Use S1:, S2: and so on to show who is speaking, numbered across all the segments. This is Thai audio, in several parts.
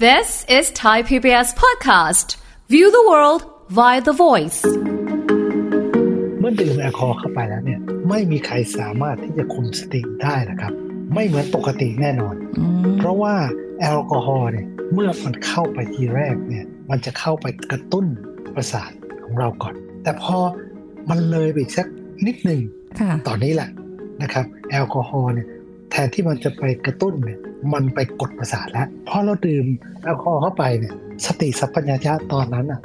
S1: This is Thai PBS podcast. View the world via the voice.
S2: เมื่อดื่มแอลกอฮอล์เข้าไปแล้วเนี่ย ไม่มีใครสามารถที่จะคุมสติได้นะครับ ไม่เหมือนปกติแน่นอน เพราะว่าแอลกอฮอล์เนี่ยเมื่อมันเข้าไปทีแรกเนี่ยมันจะเข้าไปกระตุ้นประสาทของเราก่อน แต่พอมันเลยไปอีกสักนิดหนึ่ง
S3: ค่ะ
S2: ตอนนี้แหละนะครับแอลกอฮอล์เนี่ยแทนที่มันจะไปกระตุ้นเนี่ยมันไปกดประสาทแล้วพอเราดื่มแอลกอฮอล์เข้าไปเนี่ยสติสัพพัญญะตอนนั้นอ่ะ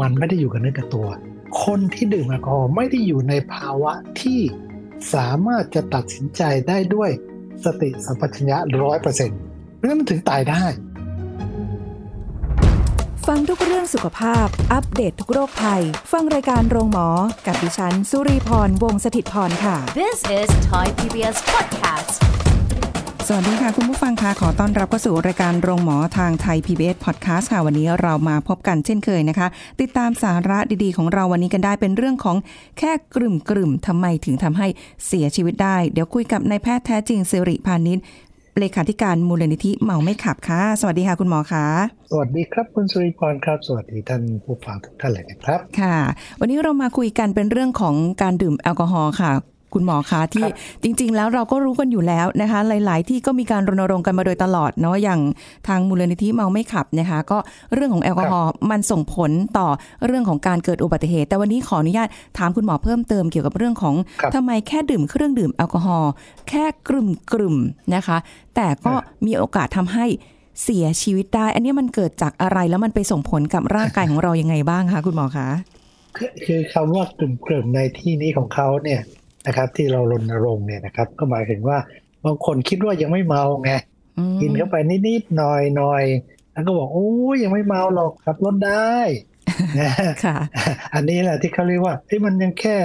S2: มันไม่ได้อยู่กับเนื้อกับตัว คนที่ดื่มแอลกอฮอล์ไม่ได้อยู่ในภาวะที่สามารถจะตัดสินใจได้ด้วยสติสัพพัญญะร้อยเปอร์เซ็นต์เพราะฉะนั้นมันถึงตายได้
S3: ฟังทุกเรื่องสุขภาพ อัปเดตทุกโรคภัย ฟังรายการโรงหมอ กับดิฉัน สุรีพร วงศิตพรค่ะ
S1: This is Thai PBS podcast.
S3: สวัสดีค่ะ คุณผู้ฟังค่ะ ขอต้อนรับเข้าสู่รายการโรงหมอทางไทย PBS Podcast ค่ะ วันนี้เรามาพบกันเช่นเคยนะคะ ติดตามสาระดีๆ ของเราวันนี้กันได้เป็นเรื่องของแค่กลุ่มกลุ่มๆทำไมถึงทำให้เสียชีวิตได้ เดี๋ยวคุยกับนายแพทย์แท้จริงสิริพานิชเลขาธิการมูลนิธิเมาไม่ขับค่ะ สวัสดีค่ะคุณหมอค่ะ
S2: สวัสดีครับคุณสุริพรครับ สวัสดีท่านผู้ฟังทุกท่านเลยนะครับ
S3: ค่ะ วันนี้เรามาคุยกันเป็นเรื่องของการดื่มแอลกอฮอล์ค่ะ คุณหมอคะที่จริง ๆ แล้วเราก็รู้กันอยู่แล้วนะคะ หลาย ๆ ที่ก็มีการรณรงค์กันมาโดยตลอดเนาะอย่างทางมูลนิธิเมาไม่ขับนะคะ ก็เรื่องของแอลกอฮอล์มันส่งผลต่อเรื่องของการเกิดอุบัติเหตุ แต่วันนี้ขออนุญาตถามคุณหมอเพิ่มเติมเกี่ยวกับเรื่องของ
S2: ครับ
S3: ทำไมแค่ดื่มเครื่องดื่มแอลกอฮอล์แค่กลุ่มกลุ่มๆนะคะ แต่ก็มีโอกาสทำให้เสียชีวิตได้ อันนี้มันเกิดจากอะไรแล้วมันไปส่งผลกับร่างกายของเรายังไงบ้างคะคุณหมอคะ
S2: คือคือคำว่ากลุ่มกลุ่มๆในที่นี้ของเขาเนี่ยนะครับ ที่เรารณรงค์เนี่ยนะครับ ก็หมายถึงว่าบางคนคิดว่ายังไม่เมาไง
S3: อืม
S2: กินเข้าไปนิดๆหน่อยๆแล้วก็บอกโอ้ยยังไม่เมาหรอกขับรถได้ นะ
S3: ค่ะ
S2: อันนี้แหละที่เขาเรียกว่าเอ้ยมันยังแค่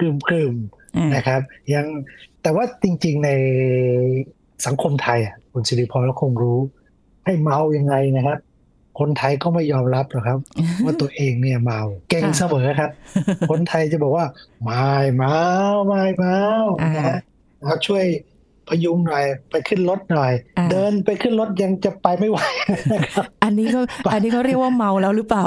S2: กลุ่มกลุ่มๆ
S3: อ่า
S2: นะครับ ยังแต่ว่าจริงๆในสังคมไทยอ่ะคุณสิริพรก็คงรู้ ให้เมายังไงนะครับ คนไทยก็ไม่ยอมรับหรอกครับ ว่าตัวเองเนี่ยเมาเก่งเสมอครับ คนไทยจะบอกว่า ไม่เมาไม่เมานะฮะเอาช่วยพยุงหน่อย ไปขึ้นรถหน่อย
S3: อ่า
S2: เดินไปขึ้นรถยังจะไปไม่ไหว
S3: อันนี้ก็อันนี้เขาเรียกว่าเมาแล้วหรือเป ล่า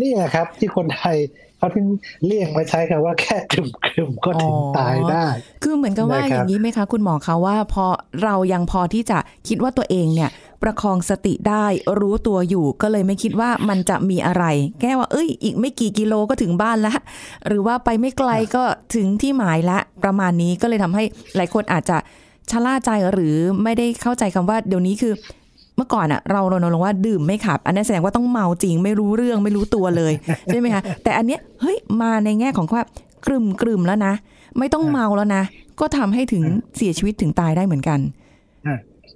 S2: นี่แหละครับ ที่คนไทยเขาถึงเลี่ยงมาใช้คำว่าแค่กลุ่มๆก็ถึงตายได้
S3: คือเหมือนกับว่า
S2: ได้ครับ
S3: อย่างนี้ไหมคะ คุณหมอคะว่าพอเรายังพอที่จะคิดว่าตัวเองเนี่ย ประคองสติได้รู้ตัวอยู่ก็เลยไม่คิดว่ามันจะมีอะไร แค่ว่าเอ้ย อีกไม่กี่กิโลก็ถึงบ้านละ หรือว่าไปไม่ไกลก็ถึงที่หมายละ ประมาณนี้ก็เลยทำให้หลายคนอาจจะชะล่าใจหรือไม่ได้เข้าใจคำว่าเดี๋ยวนี้คือ เมื่อก่อนอะเรารณรงค์ว่าดื่มไม่ขับ อันนั้นแสดงว่าต้องเมาจริงไม่รู้เรื่องไม่รู้ตัวเลย ใช่ไหมคะแต่อันเนี้ยเฮ้ยมาในแง่ของว่ากลุ่มกลุ่มแล้วนะ ไม่ต้องเมาแล้วนะ ก็ทำให้ถึงเสียชีวิตถึงตายได้เหมือนกัน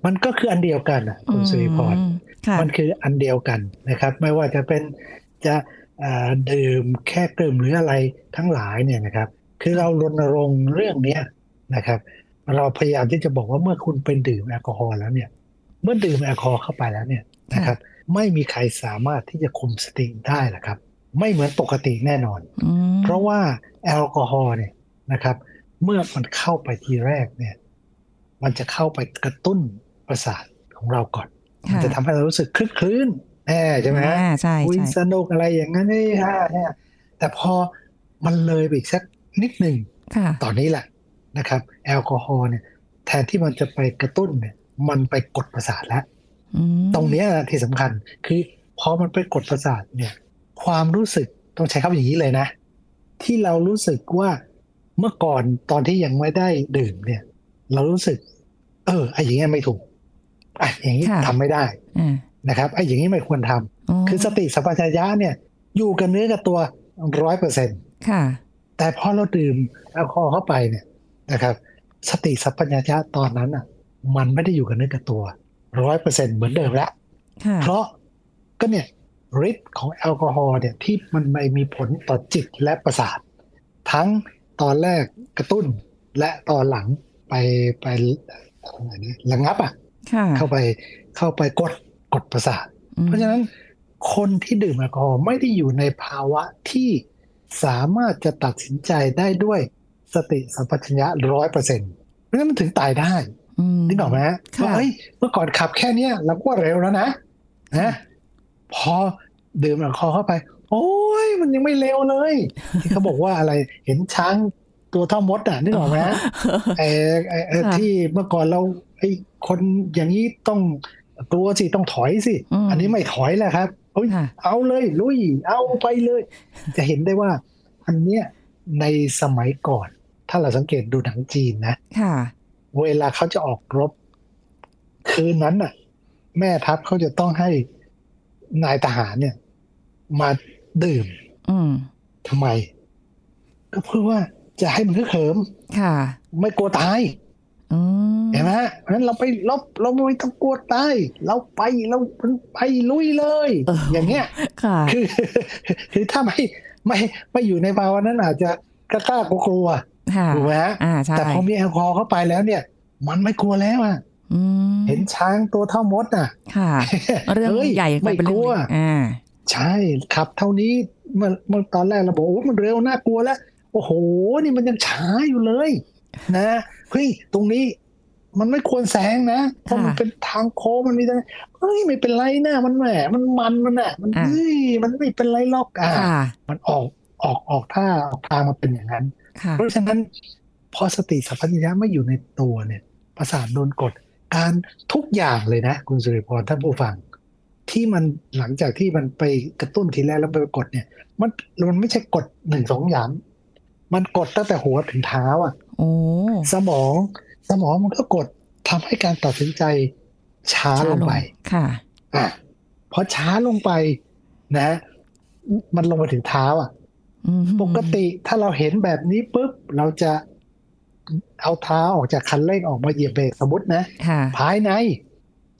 S2: มันก็คืออันเดียวกันนะคุณสุริพร
S3: อืมค่ะ
S2: มันคืออันเดียวกันนะครับ ไม่ว่าจะเป็นจะเอ่อดื่มแค่ดื่มหรืออะไรทั้งหลายเนี่ยนะครับ คือเรารณรงค์เรื่องเนี้ยนะครับ เราพยายามที่จะบอกว่าเมื่อคุณเป็นดื่มแอลกอฮอล์แล้วเนี่ย เมื่อดื่มแอลกอฮอล์เข้าไปแล้วเนี่ยนะครับ ไม่มีใครสามารถที่จะคุมสติได้หรอกครับ ไม่เหมือนปกติแน่นอน
S3: อืม
S2: เพราะว่าแอลกอฮอล์เนี่ยนะครับ เมื่อมันเข้าไปทีแรกเนี่ย มันจะเข้าไปกระตุ้นประสาทของเราก่อน มั
S3: ค่
S2: นจะทำให้เรารู้สึกคลึกคลื้นแน่ใช่ไหมฮะ
S3: อ่าใช่
S2: คุย
S3: ใช่
S2: สนุกอะไรอย่างนั้นนี่ฮะเนี่ยแต่พอมันเลยไปอีกสักนิดหนึ่ง
S3: ค่ะ
S2: ตอนนี้แหละนะครับ แอลกอฮอล์เนี่ยแทนที่มันจะไปกระตุ้นเนี่ย มันไปกดประสาทแล้ว
S3: อืม
S2: ตรงเนี้ยนะที่สำคัญคือพอมันไปกดประสาทเนี่ย ความรู้สึกต้องใช้คำอย่างนี้เลยนะ ที่เรารู้สึกว่าเมื่อก่อนตอนที่ยังไม่ได้ดื่มเนี่ย เรารู้สึก เออไอ้อย่างเงี้ยไม่ถูกไอ้อย่างนี้ทำไม่ได้
S3: อ่า
S2: นะครับไอ้อย่างนี้ไม่ควรทำ
S3: อ๋อ
S2: คือสติสัมปชัญญะเนี่ย อยู่กับเนื้อกับตัวร้อยเปอร์เซ็น
S3: ค่ะ
S2: แต่พอเราดื่มแอลกอฮอล์เข้าไปเนี่ยนะครับ สติสัมปชัญญะตอนนั้นอ่ะ มันไม่ได้อยู่กับเนื้อกับตัวร้อยเปอร์เซ็นเหมือนเดิมแล้ว
S3: ค่ะ
S2: เพราะก็เนี่ยฤทธิ์ของแอลกอฮอล์เนี่ยที่มันไม่มีผลต่อจิตและประสาท ทั้งตอนแรกกระตุ้นและตอนหลังไปไปอะไรนะระงับอ่ะ
S3: ค่ะ
S2: เข้าไปเข้าไปกดกดประสาท
S3: อืม
S2: เพราะฉะนั้นคนที่ดื่มแอลกอฮอล์ไม่ได้อยู่ในภาวะที่สามารถจะตัดสินใจได้ด้วยสติสัมปชัญญะร้อยเปอร์เซ็นต์เพราะฉะนั้นมันถึงตายได้
S3: อืม
S2: นึกออกไหมฮะ
S3: ค่ะ
S2: ว่าเฮ้ยเมื่อก่อนขับแค่เนี้ยเราก็ว่าเร็วแล้วนะ นะพอดื่มแอลกอฮอล์เข้าไป โอ้ยมันยังไม่เร็วเลยที่เขาบอกว่าอะไรเห็นช้างตัวเท่ามดอ่ะนึกออกไหม ไอ้ไอ้ไอ้
S3: ค่ะ
S2: ที่เมื่อก่อนเราไอ้คนอย่างนี้ต้องกลัวสิต้องถอยสิ
S3: อืม
S2: อันนี้ไม่ถอยแล้วครับเอ้ย
S3: ค่ะ
S2: เอาเลยลุย เอาไปเลย จะเห็นได้ว่า อันเนี้ยในสมัยก่อน ถ้าเราสังเกตดูหนังจีนนะ
S3: ค่ะ
S2: เวลาเขาจะออกรบ คืนนั้นน่ะ แม่ทัพเขาจะต้องให้นายทหารเนี่ย มาดื่ม
S3: อืม
S2: ทำไม ก็เพื่อว่าจะให้มันฮึกเหิม
S3: ค่ะ
S2: ไม่กลัวตาย
S3: อืม
S2: เห็นไหมเพราะฉะนั้นเราไปลบเราไม่ต้องกลัวตายเราไปเราไปลุยเลย อย่างเงี้ย
S3: ค่ะ
S2: คือ คือถ้าไม่ไม่ไม่อยู่ในภาวะนั้นอาจจะกล้ากลัวกลัว
S3: ค่ะ
S2: ถูกไหมฮะ
S3: อ่าใช่
S2: แต่พอมีแอลกอฮอล์เข้าไปแล้วเนี่ย มันไม่กลัวแล้วอ่ะ
S3: อืม
S2: เห็นช้างตัวเท่ามดน่ะ
S3: ค่ะ เรื่อง
S2: ฮ้ย
S3: ใหญ่
S2: ไม่
S3: เป็น
S2: กลั
S3: เรื่อง
S2: ว
S3: เล็กอ่า
S2: ใช่ขับเท่านี้เมื่อเมื่อตอนแรกเราบอกโอ้มันเร็วน่ากลัวแล้ว โอ้โห นี่มันยังช้าอยู่เลย นะเฮ้ยตรงนี้ มันไม่ควรแสงนะเพราะมัน
S3: ค่ะ
S2: เป็นทางโค้งมันมีแต่เฮ้ยไม่เป็นไรนะมันแหมมันมันมันอ่ะ มัน
S3: อ่ะ
S2: เฮ้ยมันไม่เป็นไรหรอกอ่ะ
S3: ค่ะ
S2: มันออกออกออกท่าออกทางมาเป็นอย่างนั้น
S3: ค่ะ
S2: เพราะฉะนั้นพอสติสัมปชัญญะไม่อยู่ในตัวเนี่ย ประสาทโดนกด การทุกอย่างเลยนะ คุณสุริพรท่านผู้ฟัง ที่มันหลังจากที่มันไปกระตุ้นทีแรกแล้วไปกดเนี่ย มันมันไม่ใช่กดหนึ่งสองอย่างมันกดตั้งแต่หัวถึงเท้าอ่ะ
S3: โอ้
S2: สมองสมองมันก็กดทำให้การตัดสินใจช้าลงไป
S3: ค่ะ
S2: อ่ะพอช้าลงไปนะ มันลงมาถึงเท้าอ่ะ
S3: อืม
S2: ปกติถ้าเราเห็นแบบนี้ปุ๊บเราจะเอาเท้าออกจากคันเร่งออกมาเหยียบเบรกสมมตินะ
S3: ค่ะ
S2: ภายใน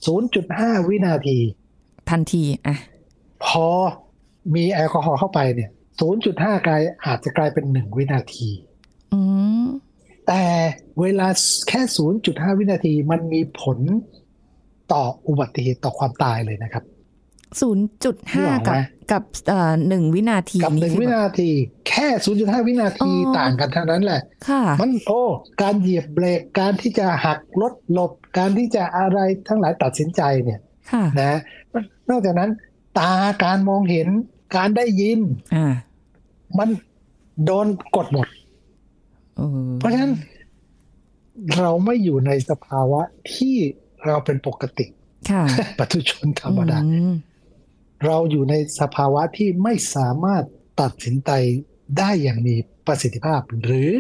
S2: 0.5 วินาที
S3: ทันทีอ่ะ
S2: พอมีแอลกอฮอล์เข้าไปเนี่ย 0.5 กลายอาจจะกลายเป็น 1 วินาที
S3: อืม
S2: แต่เวลาแค่ 0.5 วินาทีมันมีผลต่ออุบัติเหตุต่อความตายเลยนะครับ
S3: ศูนย์จุดห้า
S2: หรอ
S3: กับ
S2: ไหม กับ
S3: กับเอ่อหนึ่งวินาที
S2: หนึ่ง
S3: คือ
S2: วิ
S3: แบบ
S2: นาที แค่ 0.5 วินาที
S3: อ๋อ
S2: ต่างกันเท่านั้นแหละ
S3: ค่ะ
S2: มันโอ้การเหยียบเบรกการที่จะหักรถหลบการที่จะอะไรทั้งหลายตัดสินใจเนี่ย
S3: ค่ะ
S2: นะมันนอกจากนั้น ตาการมองเห็นการได้ยิน
S3: อ่า
S2: มันโดนกดหมด
S3: เออ
S2: เพราะฉะนั้น เราไม่อยู่ในสภาวะที่เราเป็นปกติ
S3: ค่ะ
S2: ปัจจุชนธรรมดา
S3: อืม
S2: เราอยู่ในสภาวะที่ไม่สามารถตัดสินใจได้อย่างมีประสิทธิภาพ หรือ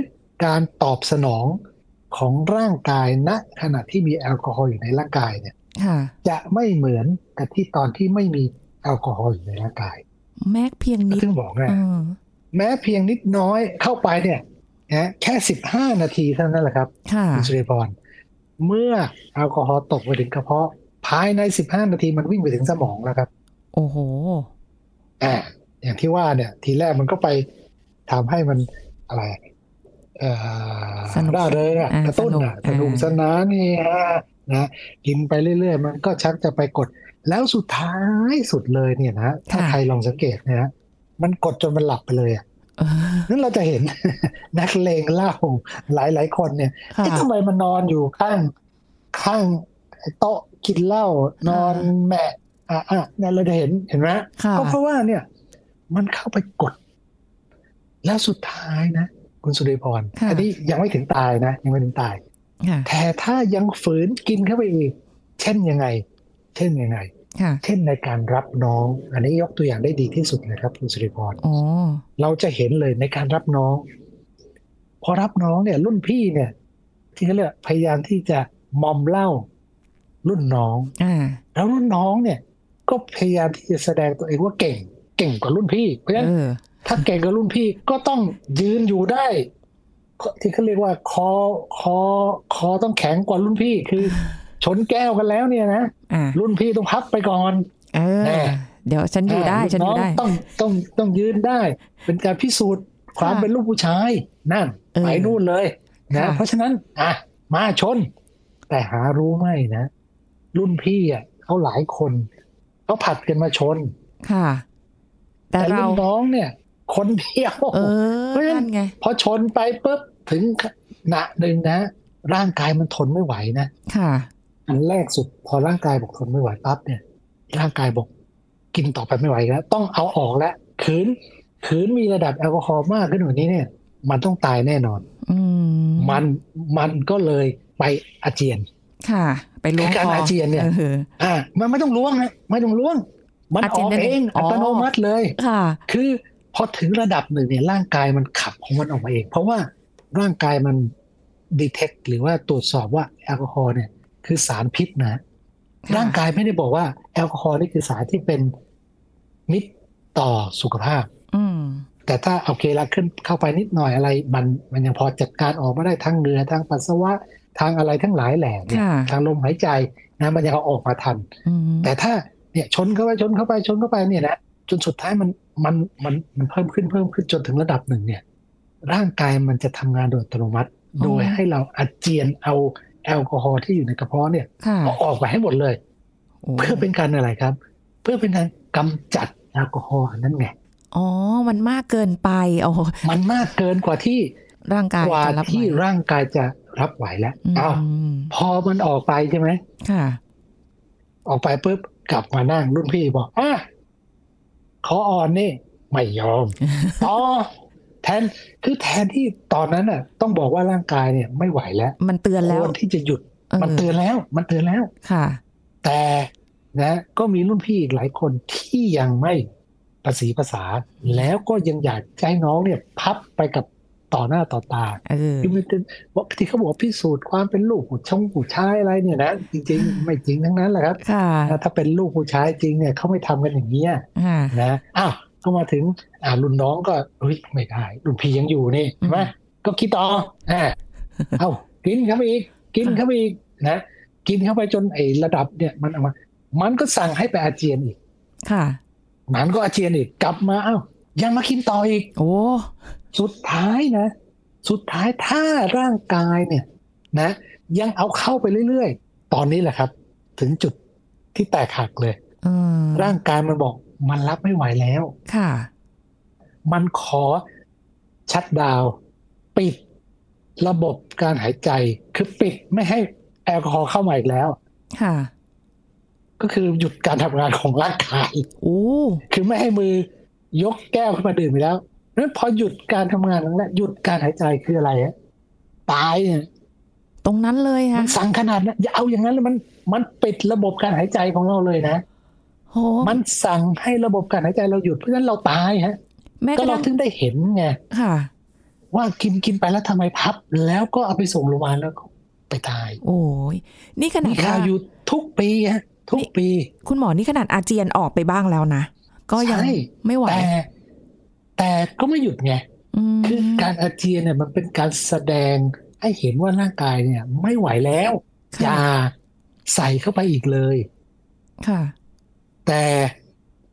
S2: การตอบสนองของร่างกายณขณะที่มีแอลกอฮอล์อยู่ในร่างกายเนี่ย
S3: ค่ะ
S2: จะไม่เหมือนกับที่ตอนที่ไม่มีแอลกอฮอล์อยู่ในร่างกาย
S3: แม็กเพียงนิด
S2: ซึ่งบอกไง
S3: เออ
S2: แม้เพียงนิดน้อยเข้าไปเนี่ยนะแค่ 15 นาทีเท่านั้นแหละครับ
S3: ค่ะ
S2: คุณสุริพรเมื่อแอลกอฮอล์ตกไปถึงกระเพาะภายใน 15 นาทีมันวิ่งไปถึงสมองแล้วครับ
S3: โอ้โห
S2: อ่าอย่างที่ว่าเนี่ย ทีแรกมันก็ไปทำให้มันอะไรเอ่อ
S3: สนุก
S2: ร่าเริงอะ
S3: อ่าก
S2: ระตุ้นอะ
S3: ส
S2: ส
S3: นุ
S2: นุก
S3: กอ่า
S2: สนานนี่ฮะนะกินไปเรื่อยๆ มันก็ชักจะไปกด แล้วสุดท้ายสุดเลยเนี่ยนะถ้าใครลองสังเกตเนะฮะมันกดจนมันหลับไปเลยอะ
S3: เออ
S2: นั่นเราจะเห็น นักเลงเหล้าหลายๆคนเนี่ย
S3: ค่ะ
S2: เอ๊ะทำไมมันนอนอยู่ข้างข้างโต๊ะกินเหล้านอน
S3: อ่า
S2: แหมะอ่ะอ่ะเนี่ยเราจะเห็นเห็นไหม
S3: ค่ะ
S2: ก็เพราะว่าเนี่ยมันเข้าไปกด แล้วสุดท้ายนะ คุณสุริพร
S3: ค่ะ
S2: อันี้ยังไม่ถึงตายนะ ยังไม่ถึงตาย
S3: ค่ะ
S2: แต่ถ้ายังฝืนกินเข้าไปอีกเช่นยังไง เช่นยังไง
S3: ค่ะ
S2: เช่นในการรับน้อง อันนี้ยกตัวอย่างได้ดีที่สุดเลยครับ คุณสุริพร
S3: อ๋อ
S2: เราจะเห็นเลยในการรับน้อง พอรับน้องเนี่ย รุ่นพี่เนี่ย ที่เขาเรียกพยายามที่จะมอมเหล่ารุ่นน้อง
S3: อ่า
S2: แล้วรุ่นน้องเนี่ย ก็พยายามที่จะแสดงตัวเองว่าเก่ง เก่งกว่ารุ่นพี่เพราะฉะนั้น
S3: เออ
S2: ถ้าเก่งกับรุ่นพี่ก็ต้องยืนอยู่ได้ที่เขาเรียกว่าคอคอคอต้องแข็งกว่ารุ่นพี่ คือ ชนแก้วกันแล้วเนี่ยนะ
S3: อ่า
S2: รุ่นพี่ต้องพับไปก่อน
S3: เออ เดี๋ยวฉันอยู่ได้
S2: า
S3: ฉันอ
S2: รุ่
S3: ยู่ได้
S2: ต้องต้องต้องยืนได้ เป็นการพิสูจน์ความ
S3: ค่ะ
S2: เป็นลูกผู้ชายนั่น
S3: เออ
S2: ไปนู่นเลยนะ
S3: ค่ะ
S2: เพราะฉะนั้น อ่ะ มาชน แต่หารู้ไหมนะ รุ่นพี่อ่ะเขาหลายคนเขาผัดกันมาชน
S3: ค่ะ แต่
S2: แต่
S3: เรา
S2: รุ่นน้องเนี่ย คนเดียว
S3: เอ
S2: เพ
S3: อ
S2: ราะฉะนั้น
S3: นั่นไง
S2: พอชนไปปุ๊บถึงหนะหนึ่งนะ ร่างกายมันทนไม่ไหวนะ
S3: ค่ะ
S2: อันแรกสุดพอร่างกายบอกทนไม่ไหวปั๊บเนี่ย ร่างกายบอก กินต่อไปไม่ไหวแล้ว ต้องเอาออกแล้วขืนขืนมีระดับแอลกอฮอล์มากขึ้นกว่านี้เนี่ย มันต้องตายแน่นอน
S3: อืม
S2: มันมันก็เลยไปอาเจียน
S3: ค่ะ ไปล้วง
S2: คือการ
S3: คอ
S2: อาเจียนเนี่ย
S3: ออ
S2: อ่ามันไม่ต้องล้วงนะไม่ต้องล้วง มัน
S3: อา
S2: อ
S3: เจียน
S2: อก
S3: ได้เลย
S2: เอง
S3: อ๋
S2: อั
S3: ออั
S2: ตโนมัติเลย
S3: ค่ะ
S2: คือพอถึงระดับหนึ่งเนี่ยร่างกายมันขับของมันออกมาเอง เพราะว่าร่างกายมันดีเทคหรือว่าตรวจสอบว่าแอลกอฮอล์เนี่ยคือสารพิษนะ
S3: ค่ะ
S2: ร่างกายไม่ได้บอกว่าแอลกอฮอล์นี่คือสารที่เป็นมิตรต่อสุขภาพ
S3: อืม
S2: แต่ถ้าโอเคละขึ้นเข้าไปนิดหน่อยอะไร มันมันยังพอจัดการออกมาได้ทั้งเหงื่อทั้งปัสสาวะทางอะไรทั้งหลายแหล่เนี่ย
S3: ค่ะ
S2: ทางลมหายใจนะมันยังเอาออกมาทัน
S3: อืม
S2: แต่ถ้าเนี่ยชนเข้าไปชนเข้าไปชนเข้าไปเนี่ยนะจนสุดท้ายมันมันมันมันเพิ่มขึ้นเพิ่มขึ้นจนถึงระดับหนึ่งเนี่ย ร่างกายมันจะทำงานโดยอัตโนมัติ โดยให้เราอาเจียนเอาแอลกอฮอล์ที่อยู่ในกระเพาะเนี่ย
S3: ค่ะ
S2: เอาออกไปให้หมดเลย
S3: โอ้
S2: เพื่อเป็นการอะไรครับ เพื่อเป็นการกำจัดแอลกอฮอล์อันนั้นไง
S3: อ๋อ มันมากเกินไปโอ้โห
S2: มันมากเกินกว่าที่
S3: ร่างกาย
S2: กว่า
S3: จะรับไหว
S2: ที่ร่างกายจะรับไหวแล้ว
S3: อื
S2: อ้าว
S3: ม
S2: พอมันออกไปใช่ไหม
S3: ค่ะ
S2: ออกไปปุ๊บกลับมานั่งรุ่นพี่บอกอ่ะขออ่อนนี่ไม่ย อม อ๋อแทนคือแทนที่ตอนนั้นน่ะ ต้องบอกว่าร่างกายเนี่ยไม่ไหวแล้ว
S3: มันเตือนแล้
S2: คว วรที่จะหยุด
S3: เออ
S2: มันเตือนแล้ว มันเตือนแล้ว
S3: ค่ะ
S2: แต่นะ ก็มีรุ่นพี่อีกหลายคนที่ยังไม่ประสีภาษา แล้วก็ยังอยากใช้น้องเนี่ย พับไปกับต่อหน้าต่อตา
S3: เออ
S2: คือมันเป็นว่าที่เขาบอกว่าพิสูจน์ความเป็นลูกผู้ชงผู้ชายอะไรเนี่ยนะจริง ๆ ไม่จริงทั้งนั้นแหละครับ
S3: ค่ะ
S2: นะถ้าเป็นลูกผู้ชายจริงเนี่ยเขาไม่ทำกันอย่างเงี้ย
S3: ค่ะ
S2: นะอ้าวก็มาถึงอ่ารุ่นน้องก็เฮ้ยไม่ได้รุ่นพี่ยังอยู่นี่
S3: อืม
S2: ใช่ไหมก็คิดต่ออ่าเอากินเข้าไปอีก กินเข้าไปอีกนะ กินเข้าไปจนไอ้ระดับเนี่ยมันเอามา มันก็สั่งให้ไปอาเจียนอีก
S3: ค่ะ
S2: มันก็อาเจียนอีกกลับมาอ้าวยังมากินต่ออีก
S3: โอ้
S2: สุดท้ายนะ สุดท้ายถ้าร่างกายเนี่ยนะ ยังเอาเข้าไปเรื่อยๆ ตอนนี้แหละครับ ถึงจุดที่แตกหักเลย
S3: เออ
S2: ร่างกายมันบอกมันรับไม่ไหวแล้ว
S3: ค่ะ
S2: มันขอชัดดาวน์ปิดระบบการหายใจ คือปิดไม่ให้แอลกอฮอล์เข้ามาอีกแล้ว
S3: ค่ะ
S2: ก็คือหยุดการทำงานของร่างกาย
S3: โอ้
S2: คือไม่ให้มือยกแก้วขึ้นมาดื่มไปแล้วนั้นพอหยุดการทำงานนั้นแหละหยุดการหายใจคืออะไรฮะตายเนี่ย
S3: ตรงนั้นเลย
S2: มั
S3: ค่ะ
S2: นสั่งขนาดนั้นอย่าเอาอย่างนั้นเลยมันมันปิดระบบการหายใจของเราเลยนะ
S3: โห
S2: มันสั่งให้ระบบการหายใจเราหยุดเพราะฉะนั้นเราตายฮะ
S3: แม้ก
S2: ก็
S3: ระ
S2: เรา
S3: ทั่ง
S2: ถึงได้เห็นไง
S3: ค่ะ
S2: ว่ากินกินไปแล้วทำไมพับ แล้วก็เอาไปส่งโรงพยาบาลแล้วก็ไปตาย
S3: โอ้ยนี่ขนา
S2: มี
S3: ด
S2: ข่า
S3: ว่า
S2: วอยู่ทุกปีฮะทุกปี
S3: คุณหมอนี่ขนาดอาเจียนออกไปบ้างแล้วนะ ก็ยัง
S2: ใช่
S3: ไม่ไหว
S2: แต่แต่ก็ไม่หยุดไง
S3: อืม
S2: คือการอาเจียนเนี่ยมันเป็นการแสดงให้เห็นว่าร่างกายเนี่ย ไม่ไหวแล้ว อ
S3: ค่ะ
S2: ย่าใส่เข้าไปอีกเลย
S3: ค่ะ
S2: แต่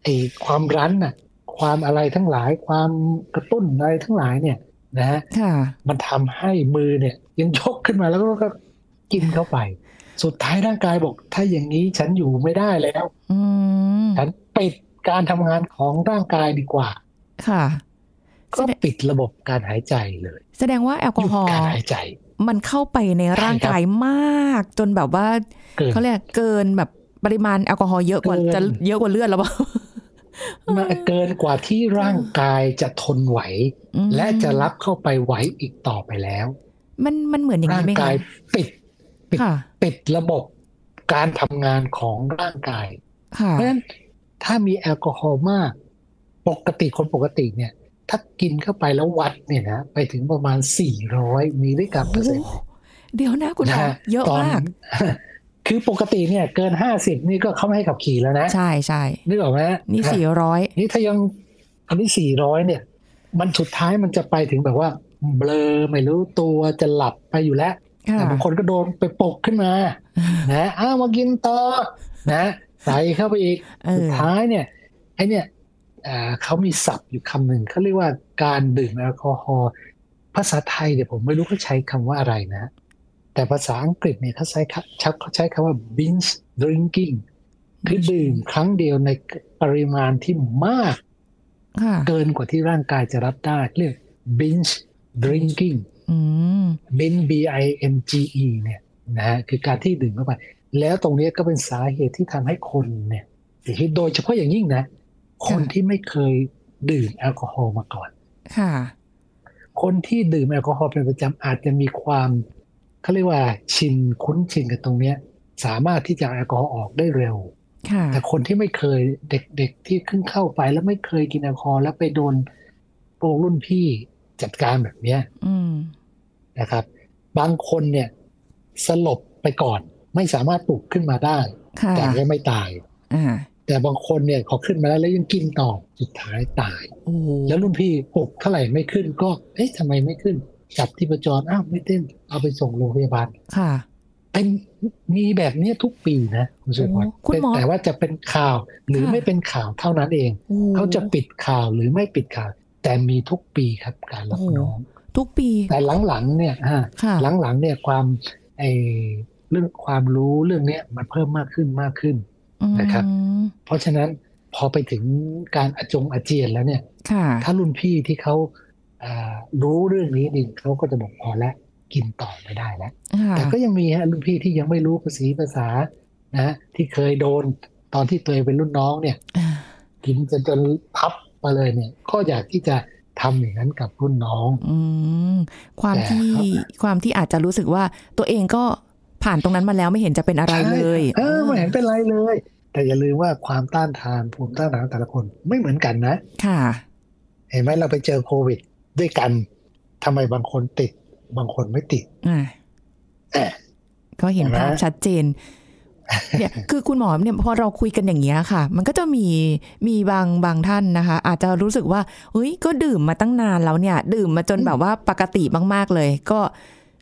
S2: ไอความรั้นน่ะ ความอะไรทั้งหลายความกระตุ้นอะไรทั้งหลายเนี่ยนะฮะ
S3: ค่ะ
S2: มันทำให้มือเนี่ย ยังยกขึ้นมาแล้วก็กินเข้าไป สุดท้ายร่างกายบอก ถ้าอย่างนี้ฉันอยู่ไม่ได้แล้ว
S3: อืม
S2: ฉันปิดการทำงานของร่างกายดีกว่า
S3: ค่ะ
S2: ก็ปิดระบบการหายใจเลย
S3: แสดงว่าแอล
S2: ห
S3: กอ
S2: ยุด
S3: ฮอล์
S2: การหายใจ
S3: มันเข้าไปในร่าง
S2: ใช่ครับ
S3: กายมาก จนแบบว่า
S2: เกิด
S3: เขาเรียกเกินแบบปริมาณแอลกอฮอล์เยอะกว่า
S2: เกิน
S3: จะเยอะกว่าเลือดแล้วเปล่า
S2: มาเกินกว่าที่ร่างกายจะทนไหว
S3: อืม
S2: และจะรับเข้าไปไหวอีกต่อไปแล้ว
S3: มันมันเหมือนอย่าง
S2: ร่า
S3: นี้
S2: ง
S3: ไหม
S2: กา
S3: คะ
S2: ยปิดปิด
S3: ค่ะ
S2: ปิดระบบการทำงานของร่างกาย
S3: ค่ะ
S2: เพราะฉะนั้นถ้ามีแอลกอฮอล์มาก ปกติคนปกติเนี่ย ถ้ากินเข้าไปแล้ววัดเนี่ยนะไปถึงประมาณ 400มิลลิกรัมเปอร์เซ็นต์
S3: โอ้โหเดี๋ยวนะคุณหมอ
S2: ฮ
S3: เยอะ
S2: ตน
S3: มาก
S2: คือปกติเนี่ย เกิน 50 นี่ก็เขาไม่ให้ขับขี่แล้วนะ
S3: ใช่ใช่
S2: นึกออกไหมฮะ
S3: นี่สี่ร้อย
S2: นี่ถ้ายังอันนี้ 400 เนี่ย มันสุดท้ายมันจะไปถึงแบบว่า เบลอไม่รู้ตัวจะหลับไปอยู่แล้ว
S3: ค่ะ
S2: แต่บางคนก็โดนไปปลุกขึ้นมา นะอ้าวมากินต่อ นะใส่เข้าไปอีก
S3: เออ
S2: สุดท้ายเนี่ย ไอเนี่ยอ่าเขามีศัพท์อยู่คำหนึ่งเขาเรียกว่าการดื่มแอลกอฮอล์ภาษาไทยเนี่ยผมไม่รู้เขาใช้คำว่าอะไรนะ แต่ภาษาอังกฤษเนี่ยเขาใช้คำเขาใช้คำว่า binge drinking คือดื่มครั้งเดียวในปริมาณที่มาก
S3: ค่ะ
S2: เกินกว่าที่ร่างกายจะรับได้ เรียก binge drinking
S3: อืม
S2: b i n B I N G E เนี่ยนะฮะคือการที่ดื่มเข้าไป แล้วตรงเนี้ยก็เป็นสาเหตุที่ทำให้คนเนี่ย เสียชีวิตโดยเฉพาะอย่างยิ่งนะ คนที่ไม่เคยดื่มแอลกอฮอล์มาก่อน
S3: ค่ะ
S2: คนที่ดื่มแอลกอฮอล์เป็นประจำอาจจะมีความเขาเรียกว่าชินคุ้นชินกับตรงเนี้ย สามารถที่จะเอาแอลกอฮอล์ออกได้เร็ว
S3: ค่ะ
S2: แต่คนที่ไม่เคยเด็กๆที่เพิ่งเข้าไปแล้วไม่เคยกินแอลกอฮอล์แล้วไปโดนโปรรุ่นพี่จัดการแบบเนี้ย
S3: อืม
S2: นะครับ บางคนเนี่ยสลบไปก่อน ไม่สามารถปลุกขึ้นมาได้
S3: ค่ะ
S2: แต่ก็ไม่ตาย
S3: อ่า
S2: แต่บางคนเนี่ยขอขึ้นมาแล้วแล้วยังกินต่อสุดท้ายตาย
S3: โอ้โห
S2: แล้วรุ่นพี่ปลุกเท่าไหร่ไม่ขึ้นก็เอ๊ะทำไมไม่ขึ้น จับที่ประจรอ้าวไม่เต้นเอาไปส่งโรงพยาบาล
S3: ค่ะ
S2: ไอ้มีแบบเนี้ยทุกปีนะคุณสุพร
S3: โอ้คุณหมอ
S2: แต่ว่าจะเป็นข่าวหรือ
S3: ค่ะ
S2: ไม่เป็นข่าวเท่านั้นเอง
S3: โอ้โห
S2: เขาจะปิดข่าวหรือไม่ปิดข่าว แต่มีทุกปีครับการรับ
S3: โอ้โห
S2: น้อง
S3: ทุกปี
S2: แต่หลังๆเนี่ยฮะ
S3: ค่ะ
S2: หลังๆเนี่ยความไอเรื่องความรู้เรื่องเนี้ยมันเพิ่มมากขึ้นมากขึ้น นะครับ
S3: อืม
S2: เพราะฉะนั้นพอไปถึงการอาจงอาเจียนแล้วเนี่ย
S3: ค่ะ
S2: ถ้ารุ่นพี่ที่เขาอ่ารู้เรื่องนี้นี่เขาก็จะบอกพอแล้วกินต่อไม่ได้แล้ว
S3: ค่ะ
S2: แต่ก็ยังมีฮะรุ่นพี่ที่ยังไม่รู้ภาษีภาษานะฮะที่เคยโดนตอนที่ตัวเองเป็นรุ่นน้องเนี่ย กินจนจนพับมาเลยเนี่ย ก็อยากที่จะทำอย่างนั้นกับรุ่นน้อง
S3: อืม ความ
S2: แต่
S3: ที่
S2: ครับ
S3: ความที่อาจจะรู้สึกว่าตัวเองก็ผ่านตรงนั้นมาแล้วไม่เห็นจะเป็นอะไรเลย
S2: ใช่เออไม่เห็นเป็นไรเลย แต่อย่าลืมว่าความต้านทานภูมิต้านทานของแต่ละคนไม่เหมือนกันนะ
S3: ค่ะ
S2: เห็นไหมเราไปเจอโควิด ด้วยกันทำไมบางคนติดบางคนไม่ติด
S3: อ่า
S2: เออ
S3: ก็เห็น
S2: เห็นไหม
S3: ภาพชัดเจน เนี่ย คือคุณหมอเนี่ยพอเราคุยกันอย่างเงี้ยค่ะ มันก็จะมีมีบางบางท่านนะคะ อาจจะรู้สึกว่าเฮ้ยก็ดื่มมาตั้งนานแล้วเนี่ย ดื่มมาจนแบบว่าปกติมากๆเลย ก็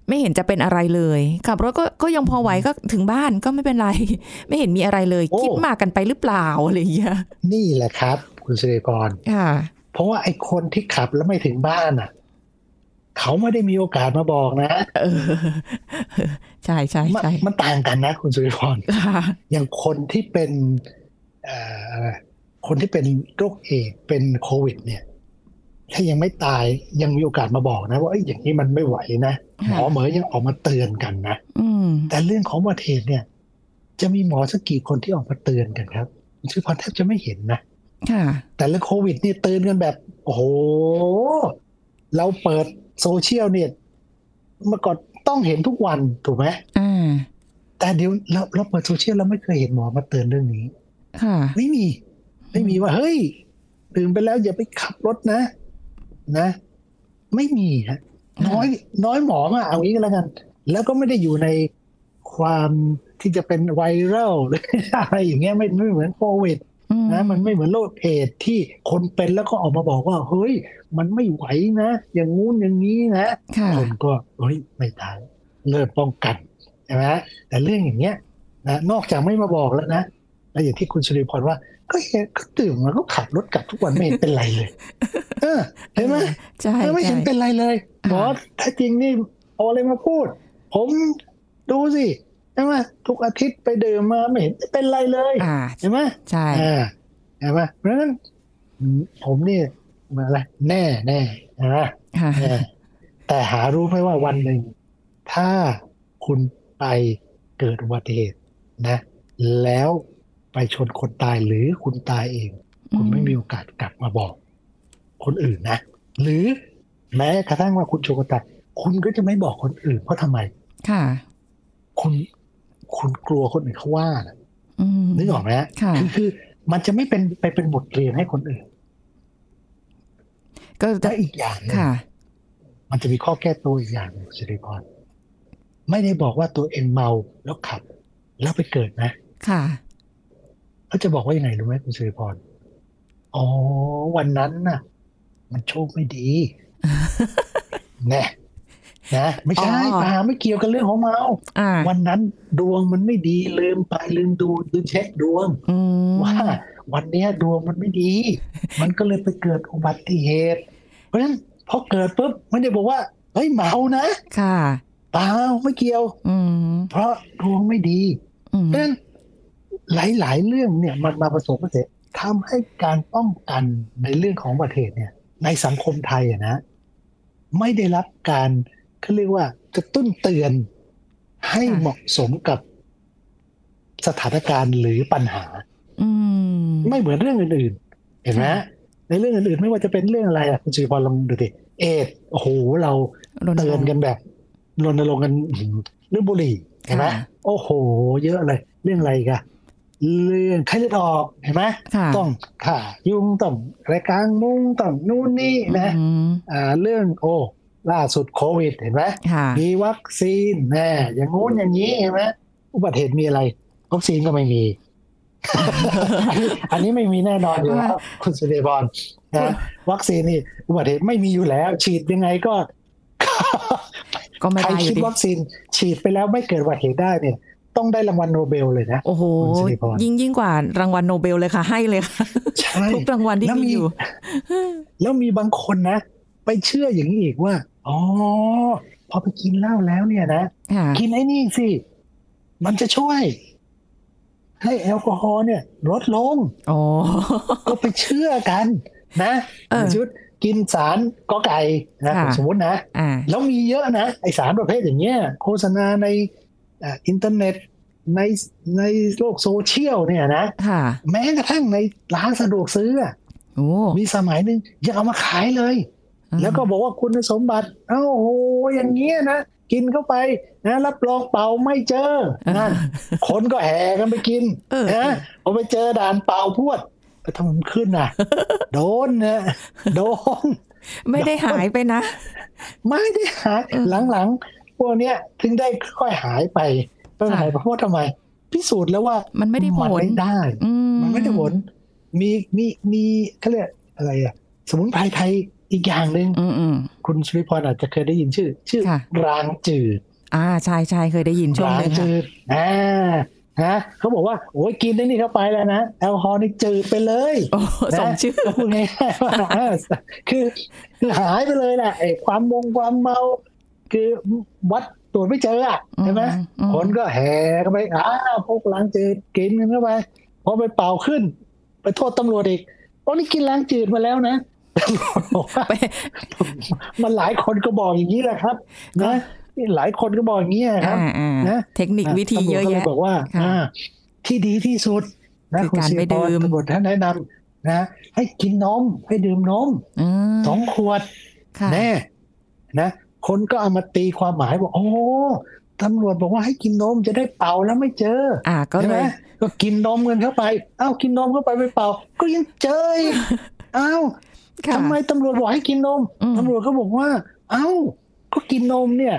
S3: ไม่เห็นจะเป็นอะไรเลยขับรถก็ก็ยังพอไหวก็ถึงบ้านก็ไม่เป็นไร ไม่เห็นมีอะไรเลย
S2: โอ้
S3: คิดมากกันไปหรือเปล่าอะไรอย่างเงี้ย
S2: นี่แหละครับ คุณสิริกร
S3: ค่ะ
S2: เพราะว่าไอ้คนที่ขับแล้วไม่ถึงบ้านอ่ะ เขาไม่ได้มีโอกาสมาบอกนะ
S3: เออ ใช่ใช่
S2: มัน
S3: ใช่
S2: มันต่างกันนะ คุณสุริพร
S3: ค่ะ
S2: อย่างคนที่เป็นเอ่ออะไรคนที่เป็นโรคเอดส์เป็นโควิด เนี่ย ถ้ายังไม่ตายยังมีโอกาสมาบอกนะ ว่าเอ้ยอย่างนี้มันไม่ไหวนะหมอเหมยยังออกมาเตือนกันนะ
S3: อืม
S2: แต่เรื่องของอุบัติเหตุเนี่ย จะมีหมอสักกี่คนที่ออกมาเตือนกันครับคุณสุริพรแทบจะไม่เห็นนะ
S3: ค่ะ
S2: แต่เรื่องโควิดนี่ตื่นกันแบบ โอ้โห เราเปิดโซเชียลเนี่ยเมื่อก่อนต้องเห็นทุกวันถูกไหม
S3: อ่า
S2: แต่เดี๋ยวเราเราเปิดโซเชียลเราไม่เคยเห็นหมอมาเตือนเรื่องนี้
S3: ค่ะ
S2: ไม่มี ไม่มีว่า เฮ้ยดื่มไปแล้วอย่าไปขับรถนะ นะ ไม่มีฮะน้อย น้อยหมอมาเอางี้ก็แล้วกัน แล้วก็ไม่ได้อยู่ในความที่จะเป็นไวรัลห รืออะไรอย่างเงี้ยไม่ไม่เหมือนโควิด
S3: อืม
S2: นะมันไม่เหมือนโรคเอดส์ที่คนเป็นแล้วก็ออกมาบอกว่า เฮ้ย มันไม่ไหวนะ อย่างงู้นอย่างนี้นะ
S3: ค่ะ
S2: คนก็เฮ้ยไม่ตายเริ่มป้องกันใช่ไหมแต่เรื่องอย่างเงี้ยนะนอกจากไม่มาบอกแล้วนะแล้วอย่างที่คุณสุริพรว่า ก็เห็นก็ตื่นมาก็ขับรถกลับทุกวันไม่เห็นเป็นไร เลย เออเห็นไหม
S3: ใช่
S2: เออไม่เห็น
S3: ใช่
S2: เป็นไรเลย
S3: ค่ะ
S2: หมอถ้าจริงนี่เอาอะไรมาพูด ผมดูสิใช่ไหมทุกอาทิตย์ไปเดิมมาไม่เห็นเป็นไรเลย
S3: อ่า
S2: เห็นไหม
S3: ใช่
S2: อ่าใช่ไหมเพราะฉะนั้นผมนี่มาอะไรแน่แน่นะ
S3: ค่ะ
S2: แน่แต่หารู้ไหมว่าวันหนึ่ง ถ้าคุณไปเกิดอุบัติเหตุนะ แล้วไปชนคนตายหรือคุณตายเอง คุณไม่มีโอกาสกลับมาบอก คนอื่นนะ หรือแม้กระทั่งว่าคุณชนคนตายคุณก็จะไม่บอกคนอื่น เพราะทำไม
S3: ค่ะ
S2: คุณ คุณกลัวคนอื่นเขาว่านะ
S3: อืม
S2: นึกออกไหมฮะ
S3: ค่ะ
S2: คือคือมันจะไม่เป็นไปเป็นบทเรียนให้คนอื่น
S3: ก็จะ
S2: และอีกอย่างหนึ่ง
S3: ค่ะ
S2: มันจะมีข้อแก้ตัวอีกอย่างหนึ่งสิริพรไม่ได้บอกว่าตัวเองเมาแล้วขับ แล้วไปเกิดนะ
S3: ค่ะ
S2: เขาจะบอกว่ายังไงรู้ไหมคุณสิริพรอ๋อวันนั้นน่ะ มันโชคไม่ ดีแน่นะไม่ใช่
S3: อ๋อ
S2: ป่าไม่เกี่ยวกับเรื่องของเมา
S3: อ่า
S2: วันนั้นดวงมันไม่ดีลืมไปลืมดูลืมเช็คดวง
S3: อืม
S2: ว่าวันเนี้ยดวงมันไม่ดี มันก็เลยไปเกิดอุบัติเหตุ เพราะฉะนั้นพอเกิดปุ๊บไม่ได้บอกว่าเฮ้ยเมานะ
S3: ค่ะ
S2: เปล่าไม่เกี่ยว
S3: อืม
S2: เพราะดวงไม่ดี
S3: อืม
S2: เพราะฉะนั้นหลาย ๆ เรื่องเนี่ยมันมาผสมผสานทำให้การป้องกันในเรื่องของอุบัติเหตุเนี่ย ในสังคมไทยอะนะ ไม่ได้รับการเขาเรียกว่ากระตุ้นเตือนให้
S3: ค่ะ
S2: เหมาะสมกับสถานการณ์หรือปัญหา
S3: อืม
S2: ไม่เหมือนเรื่องอื่นๆ เห็นไหม
S3: ค่ะ
S2: ในเรื่องอื่นๆ ไม่ว่าจะเป็นเรื่องอะไรอ่ะคุณสุริพรลองดูดิเอดส์โอ้โหเรา
S3: รณร
S2: เตืองน
S3: ค์
S2: กันแบบรณรงค์กัน อื้อหือเรื่องบุหรี่เห็นไหม
S3: ค่ะ
S2: โอ้โห เยอะเลย เรื่องอะไรอีกันเรื่องไข้เลือดออกเห็นไหม
S3: ค่ะ
S2: ต้องข่ายุงต้องอะไรกลางมุ้งต้องนู่นนี่นะ
S3: อืม
S2: อ่าเรื่องโอ้ล่าสุดโควิดเห็นไหม
S3: ค่ะ
S2: มีวัคซีนแน่อย่างงู้นอย่างนี้เห็นไหมอุบัติเหตุมีอะไรวัคซีนก็ไม่มี อันนี้ไม่มีแน่นอนอยู่แล้วคุณสุเดบอลนะวัคซีนนี่อุบัติเหตุไม่มีอยู่แล้ว ฉีดยังไงก็
S3: ก็ไม่
S2: ใคร
S3: ได้อ
S2: คิ
S3: ยู่
S2: ด
S3: ดี
S2: วัคซีนฉีดไปแล้วไม่เกิดอุบัติเหตุได้เนี่ย ต้องได้รางวัลโนเบลเลยนะ
S3: โอ้โห
S2: คุณสิริพร
S3: ยิ่งยิ่งกว่ารางวัลโนเบลเลยค่ะ ให้เลยค่ะ
S2: ใช่
S3: ทุกรางวัลที่
S2: แล้ว
S3: มี
S2: มี
S3: อยู่
S2: แล้วมีบางคนนะ ไปเชื่ออย่างนี้อีกว่า อ๋อ พอไปกินเหล้าแล้วเนี่ยนะ
S3: ค่ะ
S2: กินไอ้นี่สิ มันจะช่วย ให้แอลกอฮอล์เนี่ย ลดลง
S3: อ๋อ
S2: ก็ไปเชื่อกันนะ
S3: เออ
S2: ชุดกินสารกอไก่นะ
S3: ค่ะ
S2: สมมตินะ
S3: อ่า
S2: แล้วมีเยอะนะ ไอสารประเภทอย่างเงี้ยโฆษณาในเอ่ออินเทอร์เน็ตในในโลกโซเชียลเนี่ยนะ
S3: ค่ะ
S2: แม้กระทั่งในร้านสะดวกซื้ออะ
S3: โอ้
S2: มีสมัยหนึ่งอย่าเอามาขายเลย แล้วก็บอกว่าคุณสมบัติ เอ้าโหอย่างเงี้ยนะ กินเข้าไปนะรับรองเป่าไม่เจอนั่นคนก็แห่กันไปกิน
S3: เออ
S2: นะพอไปเจอด่านเป่าพวดไปทำไมมันขึ้นอ่ะ โดนนะโดน
S3: ไม่ได้หายไปนะ
S2: ไม่ได้หายหลังๆ พวกเนี้ยถึงได้ค่อยหายไปไม่หายไปเพราะว่าทำไม พิสูจน์แล้วว่า
S3: มั
S2: มัน
S3: ไม่ได้ผล
S2: ไม่ได้
S3: อื
S2: มันไม่ได้ผลมีมีมีเขาเรียกอะไรอะสมุนไพรไทยอีกอย่างหนึ่ง
S3: อืมอืม
S2: คุณสุริพรอาจจะเคยได้ยินชื่อ ชื่อ
S3: ค่ะ
S2: รางจืด
S3: อ่าใช่ใช่เคยได้ยินช่วง
S2: รา
S3: ห
S2: ง
S3: นึงค่ะ
S2: จืดอ่านะเขาบอกว่าโอ้ยกินได้นี่เข้าไปแล้วนะแอลกอฮอล์นี่จืดไปเลย
S3: โอ้สมชื่อ
S2: ก็พูดง่ายๆว่า เออคือคือหายไปเลยแหละไอ้ความมงความเมา คือวัดตรวจไม่เจออ่ะใช่ไหม
S3: อืม
S2: คนก็แห่กันไปอ้าวพวกล้างจืดกินกันเข้าไปพอไปเป่าขึ้น ไปโทษตำรวจอีกโอ้นี่กินล้างจืดมาแล้ว นะตำรวจบอกว่า
S3: ไป
S2: มันหลายคนก็บอกอย่างนี้แหละครับนะนี่หลายคนก็บอกอย่างนี้อะครับ
S3: อ่าอ่า
S2: นะ
S3: เทคนิควิธีเยอะ
S2: ตำรวจก็
S3: แยะ
S2: เลยบอกว่า
S3: ค่ะ
S2: อ่า ที่ดีที่สุดนะ
S3: คือ
S2: คุณ
S3: การ
S2: ศิ
S3: ไม่
S2: ริพร
S3: ดื่ม
S2: ตำรวจท่านแนะนำนะให้กินนมให้ดื่มนม
S3: อืม
S2: สองขวด
S3: ค่ะ
S2: แน่นะคนก็เอามาตีความหมายบอกโอ้ตำรวจบอกว่าให้กินนมจะได้เป่าแล้วไม่เจอ
S3: อ่าก็
S2: ใช่
S3: เล
S2: ไหม
S3: ย
S2: ก็กินนมกันเข้าไป เอ้ากินนมเข้าไปไปเป่า ก็ยังเจออี กเอ้า
S3: ค่ะ
S2: ทำไมตำรวจบอกให้กินนม
S3: อืม
S2: ตำรวจก็บอกว่า เอ้า ก็กินนมเนี่ย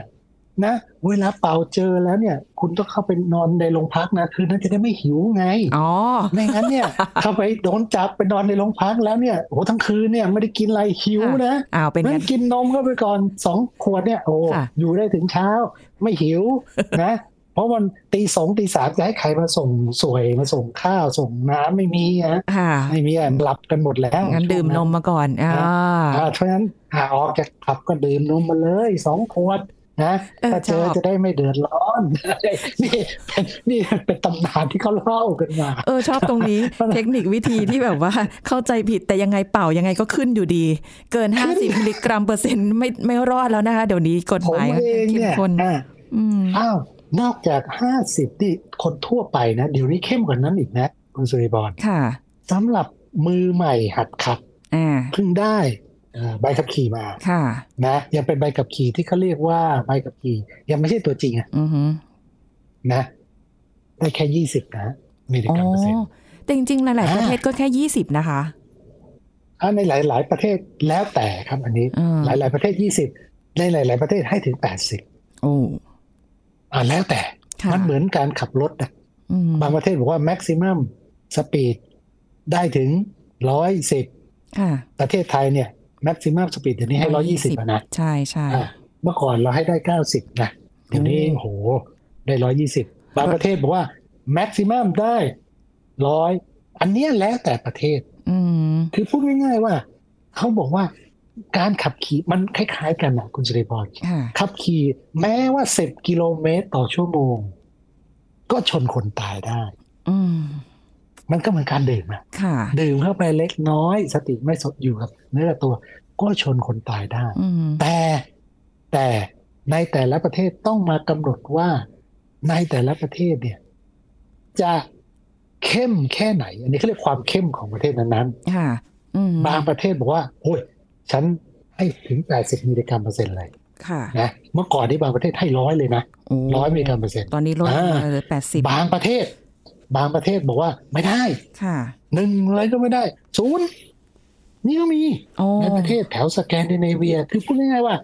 S2: นะ เวลาเป่าเจอแล้วเนี่ย คุณต้องเข้าไปนอนในโรงพักนะคืนนั้นจะได้ไม่หิวไง
S3: อ๋อ
S2: ไม่งั้นเนี่ย ถ้าไปโดนจับไปนอนในโรงพักแล้วเนี่ยโอ้โหทั้งคืนเนี่ยไม่ได้กินอะไรหิวนะ
S3: อ้าวเป็น
S2: เรื่อ
S3: กั
S2: น งกินนมเข้าไปก่อนสองขวดเนี่ยโอ้
S3: ค่ะ
S2: อยู่ได้ถึงเช้า ไม่หิว นะ เพราะวันตีสองตีสามจะให้ใครมาส่งสวยมาส่งข้าวส่งน้ำไม่มีนะ
S3: ค่ะ
S2: ไม่มีอ่ะหลับกันหมดแล้ว
S3: งั้นดื่มนมมาก่อนอ่า
S2: อ่าเพราะฉะนั้นอ่าออกจากผับก็ดื่มนมมาเลยสองขวดนะ
S3: เออ
S2: ถ้าเจอ
S3: ชอบ
S2: จะได้ไม่เดือดร้อน นี่เป็นนี่เป็นตำนานที่เขาเล่ากันมา
S3: เออชอบตรงนี้ เทคนิควิธีที่แบบว่า เข้าใจผิดแต่ยังไงเป่ายังไงก็ขึ้นอยู่ดี เกิน 50มิลลิกรัมเปอร์เซ็นต์ไม่ไม่รอดแล้วนะคะ เดี๋ยวนี้กฎ
S2: ผม
S3: หมาย
S2: เอง
S3: เข้ม
S2: เนี่ย
S3: ข้น
S2: อ่ะ
S3: อืม
S2: อ้าวนอกจากห้าสิบที่คนทั่วไปนะ เดี๋ยวนี้เข้มกว่านั้นอีกนะคุณสุริบอล
S3: ค่ะ
S2: สำหรับมือใหม่หัดขับ
S3: อ่า
S2: เพิ่งได้เอ่อใบขับขี่มา
S3: ค่ะ
S2: นะยังเป็นใบขับขี่ที่เขาเรียกว่าใบขับขี่ยังไม่ใช่ตัวจริงอะ
S3: อือหือ
S2: นะ ได้แค่ยี่สิบนะมิลลิ
S3: อ๋อก
S2: รัมเปอร์เซ็นต์
S3: แต่จริงๆ หลาย ๆ
S2: อ่า
S3: ประเทศก็แค่ยี่สิบนะคะ
S2: อ่ะในหลาย ๆ ประเทศแล้วแต่ครับอันนี้
S3: อ่า
S2: หลาย ๆ ประเทศยี่สิบในหลาย ๆ ประเทศให้ถึงแปดสิบ
S3: โอ้
S2: อ่าแล้วแต่
S3: ค่ะ
S2: มันเหมือนการขับรถนะ
S3: อืม
S2: บางประเทศบอกว่าแม็กซิมัมสปีดได้ถึงร้อยสิบ
S3: ค่ะ
S2: ประเทศไทยเนี่ยแม็กซิมัมสปีดเดี๋ยวนี้ให้ร้อยี่สิบนะ
S3: ใช่ใช่
S2: อ่ะเมื่อก่อนเราให้ได้เก้าสิบนะเดี๋ยวนี้
S3: อืม
S2: โหได้ร้อยี่สิบบางประเทศบอกว่าแม็กซิมัมได้ร้อยอันเนี้ยแล้วแต่ประเทศ
S3: อืม
S2: คือพูดง่ายๆว่า เขาบอกว่าการขับขี่มันคล้ายๆกันนะคุณสิริพร
S3: ค่ะ
S2: ขับขี่แม้ว่าสิบกิโลเมตรต่อชั่วโมง ก็ชนคนตายได้
S3: อืม
S2: มันก็เหมือนการดื่มอะ
S3: ค่ะ
S2: ดื่มเข้าไปเล็กน้อย สติไม่สดอยู่กับเนื้อกับตัว ก็ชนคนตายได้
S3: อืม
S2: แต่แต่ในแต่ละประเทศต้องมากำหนดว่าในแต่ละประเทศเนี่ย จะ เข้มแค่ไหน อันนี้เขาเรียกความเข้มของประเทศนั้น
S3: ค่ะ อืม
S2: ๆบางประเทศบอกว่าโอ้ยฉันให้ถึง 80มิลลิกรัมเปอร์เซ็นต์เลย
S3: ค่ะ
S2: นะเมื่อก่อนที่บางประเทศให้ร้อยเลยนะ
S3: โอ้
S2: ร้อยมิลลิกรัมเปอร์เซ็นต์
S3: ตอนนี้ลด
S2: อ่า
S3: มาเหลือแปดสิบบ
S2: างประเทศ บางประเทศบอกว่าไม่ได้
S3: ค่ะ
S2: หนึ่งอะไรก็ไม่ได้ศูนย์นี่ก็มี
S3: โอ้
S2: ในประเทศแถวสแกนดิเนเวีย คือพูดง่ายๆว่า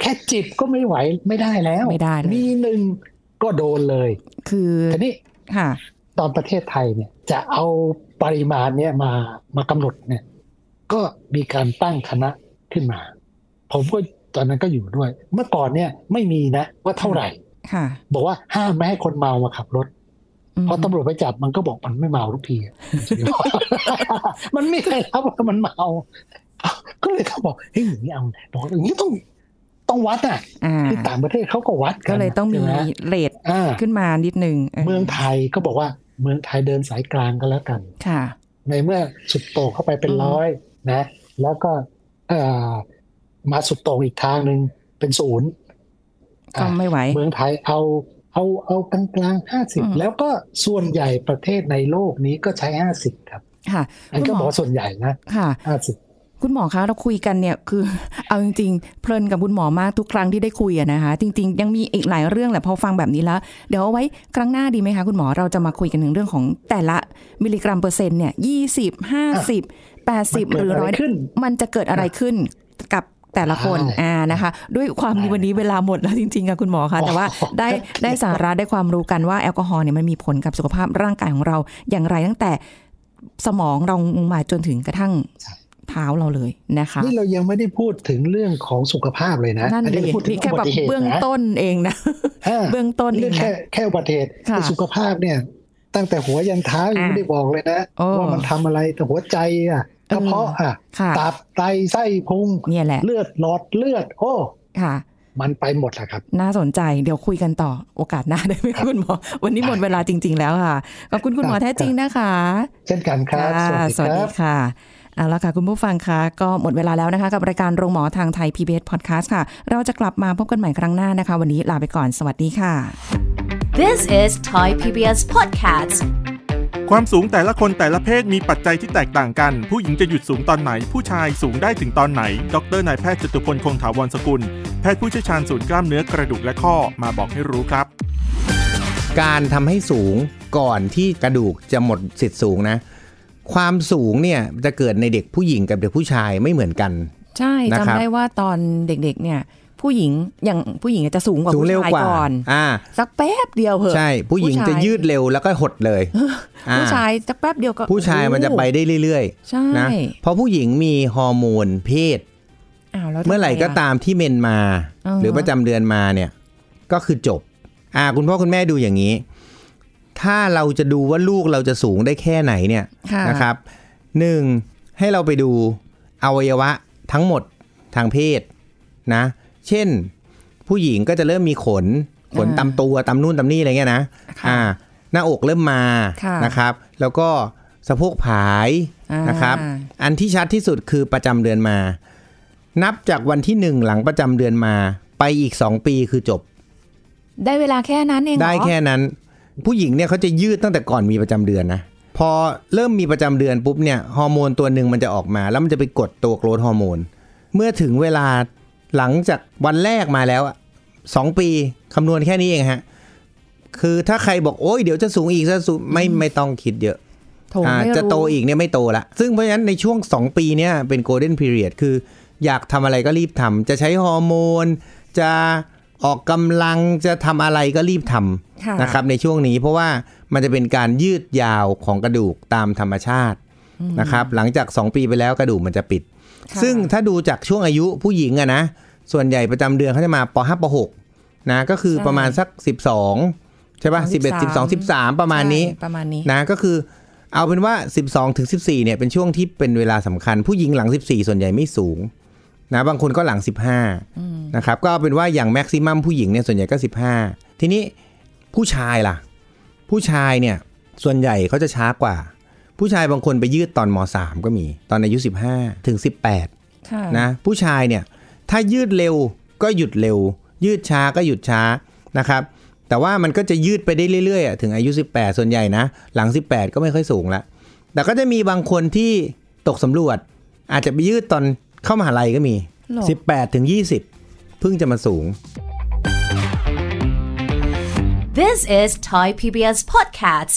S2: แค่จิบก็ไม่ไหวไม่ได้แล้ว
S3: ไม่ได้เลย
S2: มีหนึ่งก็โดนเลย
S3: คือ
S2: ทีนี้
S3: ค่ะ
S2: ตอนประเทศไทยเนี่ย จะเอาปริมาณเนี่ยมามากำหนดเนี่ย ก็มีการตั้งคณะขึ้นมา ผมก็ตอนนั้นก็อยู่ด้วย เมื่อก่อนเนี่ยไม่มีนะว่าเท่าไหร่
S3: ค่ะ
S2: บอกว่าห้ามไม่ให้คนเมามาขับรถ
S3: ม
S2: พอตำรวจไปจับมันก็บอกมันไม่เมาทุกทีอะ มันไม่ได้รับว่ามันเมา ก็เลยเขาบอกเฮ้ยอย่างนี้เอาไงบอกอย่างนี้ต้องต้องวัดอ่ะ
S3: อ่า
S2: คือต่างประเทศเขาก็วัด
S3: ก็เลยต้องมี
S2: ใช่ไห
S3: เรท
S2: อ่า
S3: ขึ้นมานิดนึง
S2: เมืองไทยก็บอกว่าเมืองไทยเดินสายกลางก็แล้วกัน
S3: ค่ะ
S2: ในเมื่อสุดโต่งเข้าไปเป็น
S3: อืม
S2: ร้อยนะ แล้วก็เอ่อมาสุดโต่งอีกทางหนึ่งเป็นศูนย์
S3: ก็
S2: อ่ะ
S3: ไม่ไหว
S2: เมืองไทยเอาเอาเอากลางกลางห้าสิบ
S3: อืม
S2: แล้วก็ส่วนใหญ่ประเทศในโลกนี้ก็ใช้ห้าสิบครับ
S3: ค่ะ
S2: อันก็บอกว่าส่วนใหญ่นะ
S3: ค่ะ
S2: ห้าสิบ
S3: คุณหมอคะเราคุยกันเนี่ยคือ เอาจริงๆ เพลินกับคุณหมอมากทุกครั้งที่ได้คุยอะนะคะ จริง ๆ ยังมีอีกหลายเรื่องแหละพอฟังแบบนี้แล้ว เดี๋ยวเอาไว้ครั้งหน้าดีไหมคะ คุณหมอเราจะมาคุยกันถึงเรื่องของแต่ละมิลลิกรัมเปอร์เซ็นต์เนี่ยยี่สิบห้าสิบแปดสิบหรือร้อย
S2: ขึ้น
S3: มันจะเกิดอะไรขึ้นกับแต่ละคน
S2: ใช่
S3: อ่านะคะ ด้วยความ
S2: ใช่
S3: ที่วันนี้เวลาหมดแล้วจริงๆค่ะคุณหมอคะแต่ว่า
S2: อ๋อ
S3: ได้ได้สาระได้ความรู้กันว่าแอลกอฮอล์เนี่ยมันมีผลกับสุขภาพร่างกายของเราอย่างไรตั้งแต่สมองเราลงมาจนถึงกระทั่ง เท้าเราเลยนะคะ
S2: นี่เรายังไม่ได้พูดถึงเรื่องของสุขภาพเลยนะ
S3: นั่น
S2: อั
S3: เล
S2: นี้
S3: ย
S2: เราพูดถึง
S3: นี่แค่แบบ
S2: อุั
S3: บ
S2: ติเหตุ
S3: เบื้อง
S2: นะ
S3: ต้นเอง นะ
S2: อ่า
S3: เบื้องต้นเอ
S2: เรื่อง ง
S3: นะ
S2: แค่แค่อุบัติเหตุ
S3: ค่ะ
S2: แต่สุขภาพเนี่ย ตั้งแต่หัวยันเท้ายัง
S3: อ่ะ
S2: ไม่ได้บอกเลยนะ
S3: โอ้
S2: ว่ามันทำอะไรแต่หัวใจอ่ะกระเพาะอ่ะ
S3: ค่ะ
S2: ตับไตไส้พุง
S3: เนี่ยแหละ
S2: เลือดหลอดเลือด โอ้
S3: ค่ะ
S2: มันไปหมดแหละครับ
S3: น่าสนใจเดี๋ยวคุยกันต่อโอกาสหน้าได้ไหมคุณหมอ วันนี้หมดเวลาจริง ๆ แล้วค่ะ ขอบคุณคุณหมอแท้จริงนะคะ
S2: เช่นกันครับ สวัสดี
S3: สวัส
S2: ครั
S3: ดี
S2: บ
S3: ค่ะเอาละค่ะ คุณผู้ฟังคะก็หมดเวลาแล้วนะคะ กับรายการโรงหมอทางไทย PBS Podcast ค่ะ เราจะกลับมาพบกันใหม่ครั้งหน้านะคะ วันนี้ลาไปก่อนสวัสดีค่ะ
S1: This is Thai PBS Podcast
S4: ความสูงแต่ละคนแต่ละเพศมีปัจจัยที่แตกต่างกัน ผู้หญิงจะหยุดสูงตอนไหน ผู้ชายสูงได้ถึงตอนไหน ดรนายแพทย์จตุพลคงถาวรสกุล แพทย์ผู้เชี่ยวชาญศูนย์กล้ามเนื้อกระดูกและข้อมาบอกให้รู้ครับ
S5: การทำให้สูงก่อนที่กระดูกจะหมดสิทธิ์สูงนะ ความสูงเนี่ยจะเกิดในเด็กผู้หญิงกับเด็กผู้ชายไม่เหมือนกัน
S3: ใช่
S5: นะ
S3: จำ
S5: ครับ
S3: ได้ว่าตอนเด็กๆ เนี่ย ผู้หญิงอย่างผู้หญิงจะสูงกว่า
S5: สูง
S3: ผู้
S5: เร็ว
S3: ชาย
S5: กว่า
S3: ก่อน
S5: อ่า
S3: สักแป๊บเดียวเหอะ
S5: ใช่ผู้หญิง
S3: ผู้ชาย
S5: จะยืดเร็วแล้วก็หด เลยอ่
S3: ผู้ชายสักแป๊บเดียวก็
S5: ผู้ชายมันจะไปได้เรื่อย
S3: ใช่
S5: ๆนะเพราะผู้หญิงมีฮอร์โมนเพศ
S3: อ้าวแล้ว
S5: เมื่อไหร่ก็
S3: ทำะ
S5: ตามที่เมนมา
S3: อ่าฮะ
S5: หรือประจำเดือนมาเนี่ย ก็คือจบ อ่า คุณพ่อคุณแม่ดูอย่างนี้ ถ้าเราจะดูว่าลูกเราจะสูงได้แค่ไหนเนี่ย
S3: ค่ะ
S5: นะครับหนึ่งให้เราไปดูอวัยวะทั้งหมดทางเพศนะ เช่น ผู้หญิงก็จะเริ่มมีขน ขน
S3: อ่า
S5: ตามตัวตามนู่นตามนี่อะไรเงี้ยนะ
S3: ค่ะ
S5: อ่า หน้าอกเริ่มมา
S3: ค่ะ
S5: นะครับ แล้วก็สะโพกผาย
S3: อ่าน
S5: นะครับ อันที่ชัดที่สุดคือประจำเดือนมา นับจากวันที่หนึ่งหลังประจำเดือนมา ไปอีก 2 ปีคือจบ
S3: ได้เวลาแค่นั้นเองเหรอ
S5: ได้แค่นั้น ผู้หญิงเนี่ยเขาจะยืดตั้งแต่ก่อนมีประจำเดือนนะ พอเริ่มมีประจำเดือนปุ๊บเนี่ยฮอร์โมนตัวหนึ่งมันจะออกมา แล้วมันจะไปกดตัวโกรทฮอร์โมน เมื่อถึงเวลาหลังจากวันแรกมาแล้วอะสองปีคำนวณแค่นี้เองฮะ คือถ้าใครบอกโอ้ยเดี๋ยวจะสูงอีกจะสูงไม่ไม่ต้องคิดเยอะ
S3: โถไม่
S5: อ่า
S3: รู้
S5: จะโตอีกเนี่ยไม่โตละ ซึ่งเพราะฉะนั้นในช่วง 2 ปีเนี่ยเป็นโกลเด้นพีเรียดคืออยากทำอะไรก็รีบทำจะใช้ฮอร์โมน จะออกกำลังจะทำอะไรก็รีบทำ
S3: ค่ะ
S5: นะครับในช่วงนี้เพราะว่ามันจะเป็นการยืดยาวของกระดูกตามธรรมชาตินะครับหลังจาก 2 ปีไปแล้วกระดูกมันจะปิด
S3: ค่ะ
S5: ซึ่งถ้าดูจากช่วงอายุผู้หญิงอะนะส่วนใหญ่ประจำเดือนเขาจะมาป .5 ป .6 นะก็คือประมาณสัก 12 ใช่ป่ะ11 12 13 ประมาณนี้
S3: ใช่ประมาณนี้
S5: นะก็คือเอาเป็นว่า 12ถึง14เนี่ยเป็นช่วงที่เป็นเวลาสำคัญ ผู้หญิงหลัง 14 ส่วนใหญ่ไม่สูงนะบางคนก็หลัง 15นะครับก็เอาเป็นว่าอย่างแม็กซิมัมผู้หญิงเนี่ยส่วนใหญ่ก็ 15 ทีนี้ผู้ชายล่ะ ผู้ชายเนี่ยส่วนใหญ่เขาจะช้ากว่า ผู้ชายบางคนไปยืดตอนม .3 ก็มีตอนอายุ 15ถึง18
S3: ค่ะ
S5: นะผู้ชายเนี่ยถ้ายืดเร็วก็หยุดเร็ว ยืดช้าก็หยุดช้านะครับ แต่ว่ามันก็จะยืดไปได้เรื่อยๆอ่ะถึงอายุ 18 ส่วนใหญ่นะ หลัง 18 ก็ไม่ค่อยสูงละ แต่ก็จะมีบางคนที่ตกสำรวจ อาจจะไปยืดตอนเข้ามหาลัยก็มี
S3: หรอ
S5: 18 ถึง 20 เพิ่งจะมาสูง
S1: This is Thai PBS Podcast